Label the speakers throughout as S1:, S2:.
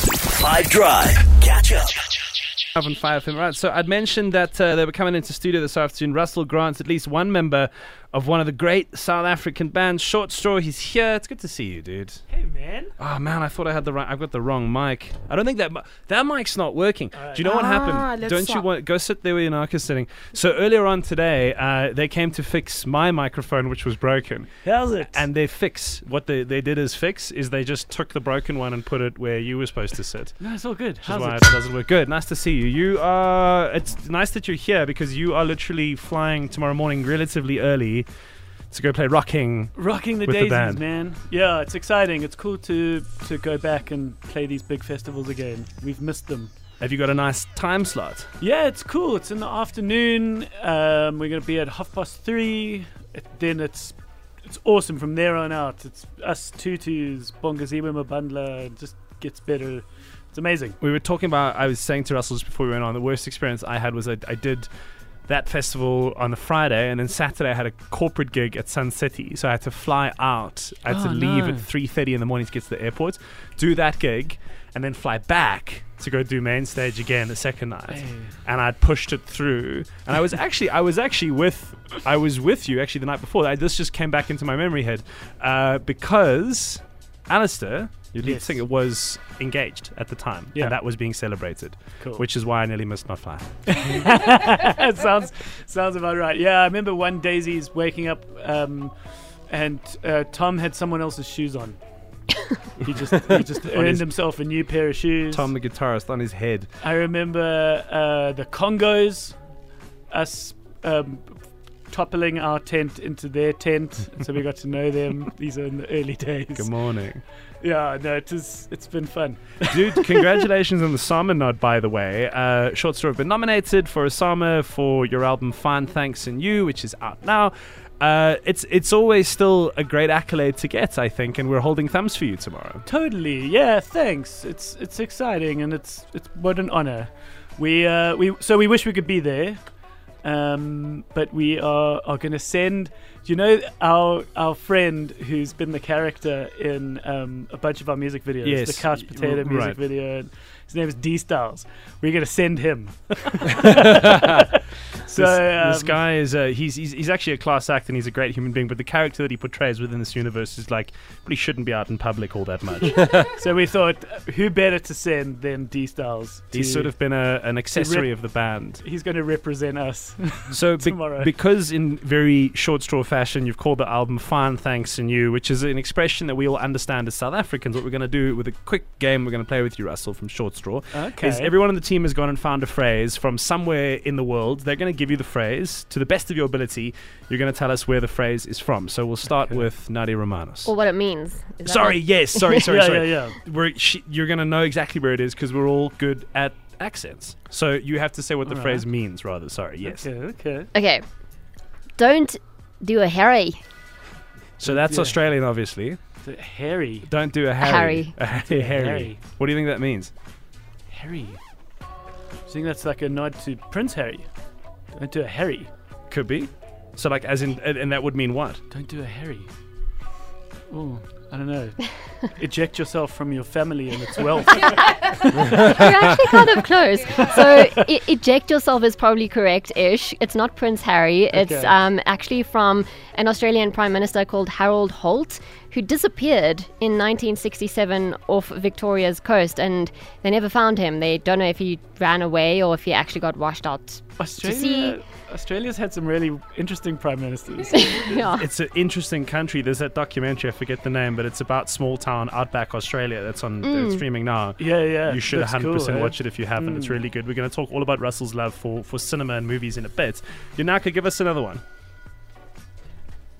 S1: Five Drive. Catch up.
S2: Five on Fire FM. Right, so I'd mentioned that uh, they were coming into studio this afternoon. Russell Grant's at least one member of one of the great South African bands, Short Straw. He's here. It's good to see you, dude.
S3: Hey man,
S2: Oh man, I thought I had the right. I've got the wrong mic. I don't think that mi- that mic's not working. Do you know what
S4: Ah,
S2: happened?
S4: let's
S2: Don't you
S4: swap.
S2: want go sit there where your narc is sitting? So earlier on today, uh, they came to fix my microphone, which was broken.
S3: how's it?
S2: And their fix, what they, they did is fix, is they just took the broken one and put it where you were supposed to sit.
S3: no, it's all good.
S2: Which is
S3: How's
S2: why
S3: it?
S2: it doesn't work. Good. Nice to see you. You are. It's nice that you're here because you are literally flying tomorrow morning relatively early to go play rocking.
S3: Rocking the
S2: with the
S3: daisies,
S2: band.
S3: man. Yeah, it's exciting. It's cool to to go back and play these big festivals again. We've missed them.
S2: Have you got a nice time slot?
S3: Yeah, it's cool. It's in the afternoon. Um, we're gonna be at half past three. It, then it's it's awesome from there on out. It's us tutus, Bongaziba Mabundla. It just gets better. It's amazing.
S2: We were talking about. I was saying to Russell just before we went on. The worst experience I had was I, I did that festival on the Friday, and then Saturday I had a corporate gig at Sun City, so I had to fly out. I had to
S3: Oh,
S2: leave
S3: no.
S2: at three thirty in the morning to get to the airport, do that gig, and then fly back to go do main stage again the second night. and I'd pushed it through. And I was actually, I was actually with, I was with you actually the night before. I, this just came back into my memory head uh, because Alistair, your lead
S3: Yes.
S2: singer, was engaged at the time,
S3: Yeah.
S2: and that was being celebrated,
S3: Cool.
S2: which is why I nearly missed my flight.
S3: that sounds sounds about right. Yeah, I remember one Daisy's waking up, um, and uh, Tom had someone else's shoes on. he just he just earned
S2: his-
S3: himself a new pair of shoes.
S2: Tom, the guitarist, on his head.
S3: I remember uh, the Congos, us um, toppling our tent into their tent, and so we got to know them. These are in the early
S2: Good
S3: days.
S2: morning,
S3: Yeah, no, it is. It's been fun.
S2: dude. congratulations on the Sama nod, by the way. Uh, short story have been nominated for a Sama for your album "Fine Thanks and You," which is out now. Uh, it's it's always still a great accolade to get, I think, and we're holding thumbs for you tomorrow.
S3: Totally. Yeah. Thanks. It's it's exciting and it's it's what an honor. We uh we so we wish we could be there, um but we are are gonna send. Do you know our our friend who's been the character in um a bunch of our music videos,
S2: Yes,
S3: the couch
S2: y-
S3: potato
S2: r-
S3: music
S2: right.
S3: video. And his name is D Styles. We're gonna send him. so
S2: this, this
S3: um,
S2: guy is uh, he's, he's he's actually a class act and he's a great human being, but the character that he portrays within this universe is like probably shouldn't be out in public all that much.
S3: So we thought, who better to send than D Styles?
S2: he's
S3: to-
S2: sort of been a, an accessory of the band.
S3: he's going to represent us.
S2: So be-
S3: Tomorrow.
S2: because in very short straw fashion, you've called the album "Fine Thanks and You," which is an expression that we all understand as South Africans. What we're going to do with a quick game we're going to play with you, Russell, from Short Straw,
S3: Okay.
S2: is everyone on the team has gone and found a phrase from somewhere in the world. They're going to give you the phrase to the best of your ability. You're going to tell us where the phrase is from. So we'll start with Nadia Romanos.
S4: Or what it means. Is that
S2: Sorry,
S4: it?
S2: yes, sorry, sorry,
S3: yeah,
S2: sorry.
S3: yeah, yeah.
S2: We're, she, you're going to know exactly where it is because we're all good at accents. So you have to say what the
S3: All
S2: phrase means, rather. Sorry, yes.
S3: Okay, okay.
S4: Okay. Don't do a Harry.
S2: So that's
S3: Yeah.
S2: Australian, obviously.
S3: The Harry.
S2: Don't do a Harry.
S4: Harry.
S2: A Harry.
S3: Harry.
S2: What do you think that means?
S3: Harry. Do you think that's like a nod to Prince Harry? Don't do a Harry.
S2: Could be. So, like, as in, and, and that would mean what?
S3: Don't do a Harry. Oh, I don't know. Eject yourself from your family and its wealth.
S4: You're actually kind of close. So e- eject yourself is probably correct-ish. It's not Prince Harry. It's
S3: Okay.
S4: um, actually from an Australian prime minister called Harold Holt, who disappeared in 1967 off Victoria's coast, and they never found him. They don't know if he ran away or if he actually got washed out.
S3: Australia. Australia's had some really interesting prime ministers.
S4: yeah.
S2: It's an interesting country. There's that documentary, I forget the name, but it's about small town outback Australia that's on
S5: Mm.
S2: uh, streaming now.
S3: yeah, yeah.
S2: You should
S3: looks
S2: 100%
S3: cool, eh?
S2: watch it if you haven't. It's really good. We're going to talk all about Russell's love for, for cinema and movies in a bit. Yanaka, give us another one.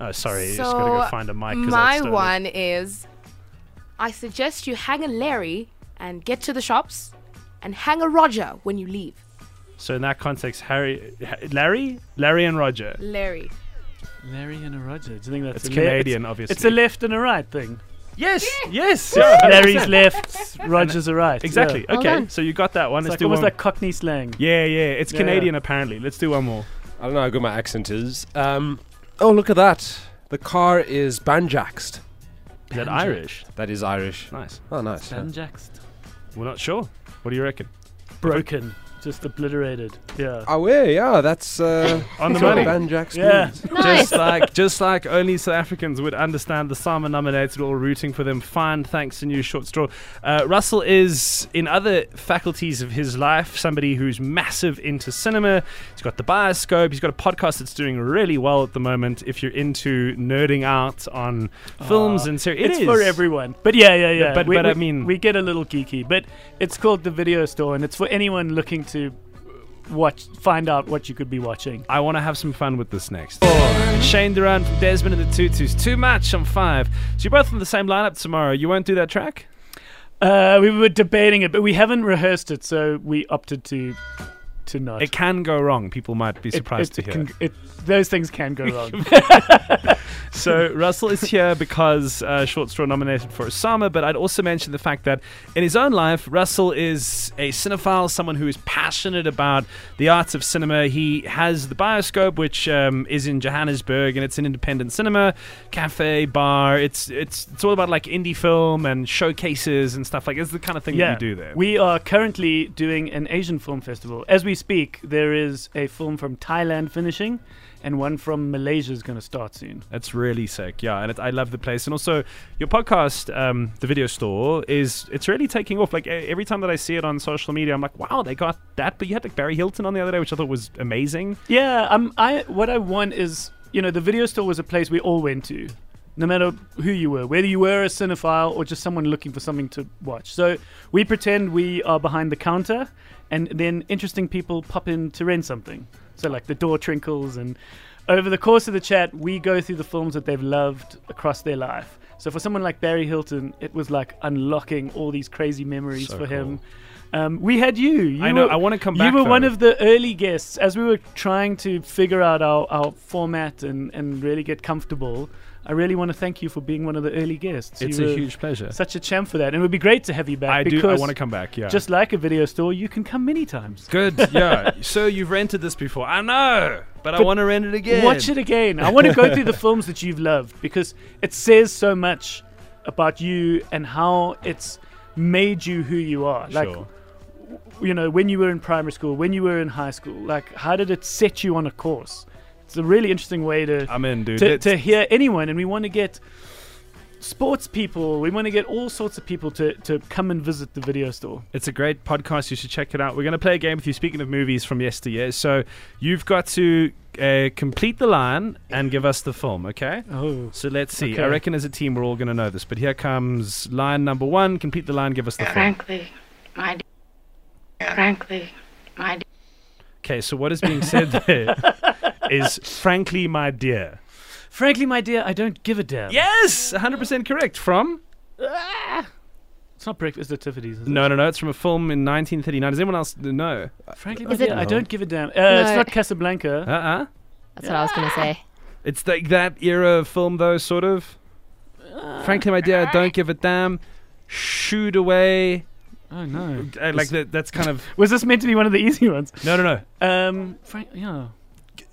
S2: Oh, sorry. just got to go
S5: So,
S2: find a mic. 'cause I
S5: My
S2: stole it.
S5: one is I suggest you hang a Larry and get to the shops and hang a Roger when you leave.
S2: So in that context, Harry, Ha- Larry, Larry and Roger.
S5: Larry.
S3: Larry and a Roger. Do you think that's
S2: It's
S3: a
S2: Canadian,
S3: le-
S2: obviously.
S3: It's, it's a left and a right thing.
S2: yes, yes.
S3: Larry's left, Roger's a right.
S2: Exactly.
S3: Yeah.
S4: Well
S2: okay,
S4: done.
S2: so you got that one.
S3: It's
S2: Let's
S3: like,
S2: do one.
S3: almost like Cockney slang.
S2: yeah, yeah. It's
S3: Yeah,
S2: Canadian
S3: yeah.
S2: apparently. Let's do one more.
S6: I don't know how good my accent is. Um, oh, look at that. The car is banjaxed.
S2: Is that Irish?
S6: That is Irish.
S2: Nice.
S6: Oh, nice.
S3: Banjaxed.
S2: We're not sure. What do you reckon?
S3: Broken. Just obliterated. Yeah.
S2: Uh,
S6: Oh, yeah, yeah, that's uh,
S2: On the
S6: sort of
S2: money.
S6: Van Jack's
S3: Yeah.
S6: means.
S4: Nice.
S2: Just like, just like only South Africans would understand the Sama nominated all rooting for them. Fine, thanks to new short straw. Uh, Russell is in other faculties of his life somebody who's massive into cinema. He's got the Bioscope. He's got a podcast that's doing really well at the moment. If you're into nerding out on films and series,
S3: it's for everyone. But yeah, yeah, yeah.
S2: but-
S3: we,
S2: but I
S3: we-
S2: mean-
S3: we get a little geeky, but it's called the video store, and it's for anyone looking to watch, find out what you could be watching.
S2: I want to have some fun with this next. Shane Duran from Desmond and the Tutus. Too much on five. So you're both on the same lineup tomorrow. You won't do that track?
S3: Uh, we were debating it, but we haven't rehearsed it, so we opted to to not.
S2: It can go wrong. People might be
S3: It-
S2: surprised
S3: it-
S2: to
S3: it
S2: hear.
S3: can- it- those things can go wrong.
S2: So Russell is here because uh, Short Straw nominated for Osama, but I'd also mention the fact that in his own life, Russell is a cinephile, someone who is passionate about the arts of cinema. He has the Bioscope, which um, is in Johannesburg, and it's an independent cinema, cafe, bar. It's it's it's all about like indie film and showcases and stuff like. It's the kind of thing
S3: yeah,
S2: that you do there.
S3: we are currently doing an Asian film festival as we speak. There is a film from Thailand finishing, and one from Malaysia is going to start soon.
S2: That's really sick. Yeah, and it, I love the place. And also, your podcast, um, the video store, is it's really taking off. Like e- every time that I see it on social media, I'm like, wow, they got that. But you had like Barry Hilton on the other day, which I thought was amazing.
S3: Yeah, um, I what I want is you know the video store was a place we all went to, no matter who you were, whether you were a cinephile or just someone looking for something to watch. So we pretend we are behind the counter, and then interesting people pop in to rent something. So like the door trinkles, and over the course of the chat, we go through the films that they've loved across their life. So for someone like Barry Hilton, it was like unlocking all these crazy memories
S2: So
S3: for him.
S2: cool.
S3: Um, we had you. you
S2: I know.
S3: were-
S2: I want to come back.
S3: you were
S2: though.
S3: one of the early guests as we were trying to figure out our, our format and, and really get comfortable. I really want to thank you for being one of the early guests.
S2: It's
S3: You
S2: a
S3: were
S2: huge pleasure.
S3: such a champ for that, and it would be great to have you back.
S2: I do. I
S3: because
S2: want to come back. Yeah.
S3: Just like a video store, you can come many times.
S2: good. Yeah. so you've rented this before. I know, but, I
S3: But
S2: want to rent it again.
S3: Watch it again. I want to go through the films that you've loved because it says so much about you and how it's made you who you are. Like
S2: Sure.
S3: you know, when you were in primary school, when you were in high school, like how did it set you on a course? It's a really interesting way to
S2: I'm in, dude.
S3: to,
S2: It's-
S3: to hear anyone, and we want to get sports people, we want to get all sorts of people to, to come and visit the video store.
S2: It's a great podcast. You should check it out. We're going to play a game with you. Speaking of movies from yesteryear, so you've got to uh, complete the line and give us the film, okay?
S3: Oh,
S2: So let's see.
S3: Okay.
S2: I reckon as a team we're all going to know this, but here comes line number one. Complete the line. Give us the film.
S7: Frankly, my dear. Frankly, my dear.
S2: Okay. So what is being said there is, frankly, my dear.
S3: frankly, my dear, I don't give a damn. Ah!
S2: Yes, 100% correct. From?
S3: it's not breakfast at Tiffany's. Is it?
S2: No, no, no. It's from a film in 1939. Does anyone else know?
S3: frankly, my
S4: Is it-
S3: dear, I
S6: No.
S3: don't give a damn. Uh, It's
S4: No.
S3: not Casablanca.
S2: Uh uh
S4: That's what I was going to say.
S2: It's like that era of film, though, sort of.
S3: Uh,
S2: Frankly, my dear, I don't give a damn. Shoot away.
S3: oh no,
S2: Uh, like that, that's kind of
S3: was this meant to be one of the easy ones?
S2: no, no, no.
S3: Um, Frank, yeah,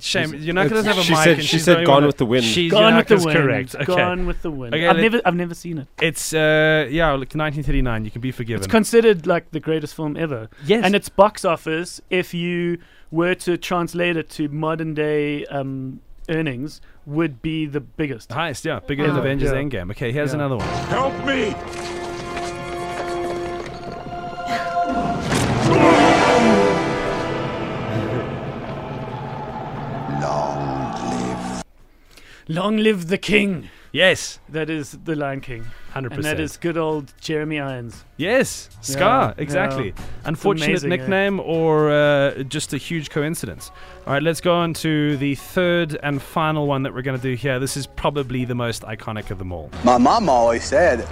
S2: Shame you're not gonna
S6: It's-
S2: have a
S6: she
S2: mic.
S6: Said,
S2: and
S6: she
S2: she's the
S6: said
S2: only
S6: Gone
S2: one
S6: with the Wind.
S2: She's
S3: Gone with the
S2: Yanaka's
S3: wind.
S2: correct. Okay.
S3: Gone with the wind.
S2: Okay,
S3: I've
S2: let-
S3: never, I've never seen it.
S2: It's uh yeah, look, 1939. You can be forgiven.
S3: It's considered like the greatest film ever.
S2: yes,
S3: and its box office, if you were to translate it to modern day um, earnings, would be the biggest.
S2: highest. Yeah, bigger than
S4: Yeah.
S2: Avengers
S3: Yeah.
S2: Endgame. Okay, here's
S3: Yeah.
S2: another one.
S1: Help me!
S3: Long live the king!
S2: Yes,
S3: That is the Lion King,
S2: hundred
S3: and that is
S2: percent.
S3: good old Jeremy Irons.
S2: Yes, Scar.
S3: Yeah,
S2: exactly.
S3: yeah.
S2: Unfortunate
S3: amazing, eh?
S2: nickname or uh, just a huge coincidence. All right, let's go on to the third and final one that we're gonna do here. This is probably the most iconic of them all.
S1: My mom always said,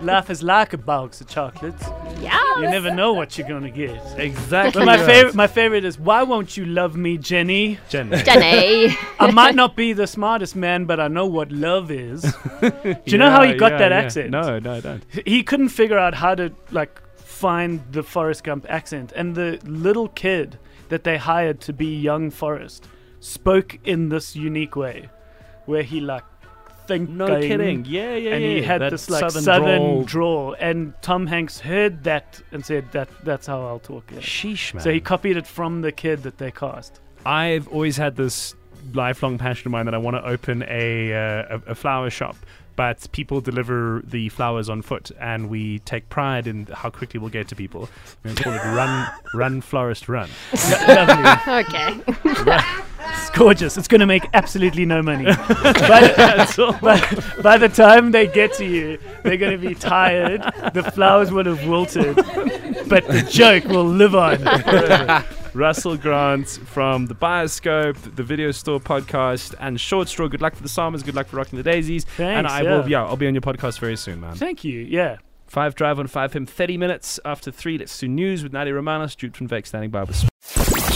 S3: Life is like a box of chocolates.
S4: Yeah.
S3: You never know what you're gonna get.
S2: Exactly.
S3: But my
S2: right.
S3: favorite, my favorite is "Why won't you love me, Jenny?"
S2: Jen.
S4: Jenny.
S3: I might not be the smartest man, but I know what love is. Do you know how he got that accent?
S2: No, no, I don't.
S3: he couldn't figure out how to like find the Forrest Gump accent, and the little kid that they hired to be young Forrest spoke in this unique way, where he like thinking.
S2: No kidding. Yeah, yeah,
S3: and
S2: yeah.
S3: he had
S2: That
S3: this like southern, drawl. and Tom Hanks heard that and said that that's how I'll talk. yeah."
S2: Sheesh, man.
S3: So he copied it from the kid that they cast.
S2: I've always had this lifelong passion of mine that I want to open a, uh, a a flower shop, but people deliver the flowers on foot, and we take pride in how quickly we'll get to people. We call it "Run, Run Florist Run."
S3: Lovely.
S4: Okay.
S3: It's gorgeous. It's going to make absolutely no money. but, but by the time they get to you, they're going to be tired. The flowers will have wilted, but the joke will live on.
S2: Russell Grant from the Bioscope, the Video Store podcast, and Short Straw. Good luck for the Salmons. Good luck for rocking the Daisies. and
S3: Thanks,
S2: I
S3: yeah.
S2: will, yeah, I'll be on your podcast very soon, man.
S3: Thank you. Yeah.
S2: Five Drive on Five Him. Thirty minutes after three. Let's do news with Nadia Romanos, Jude from Vake standing by with.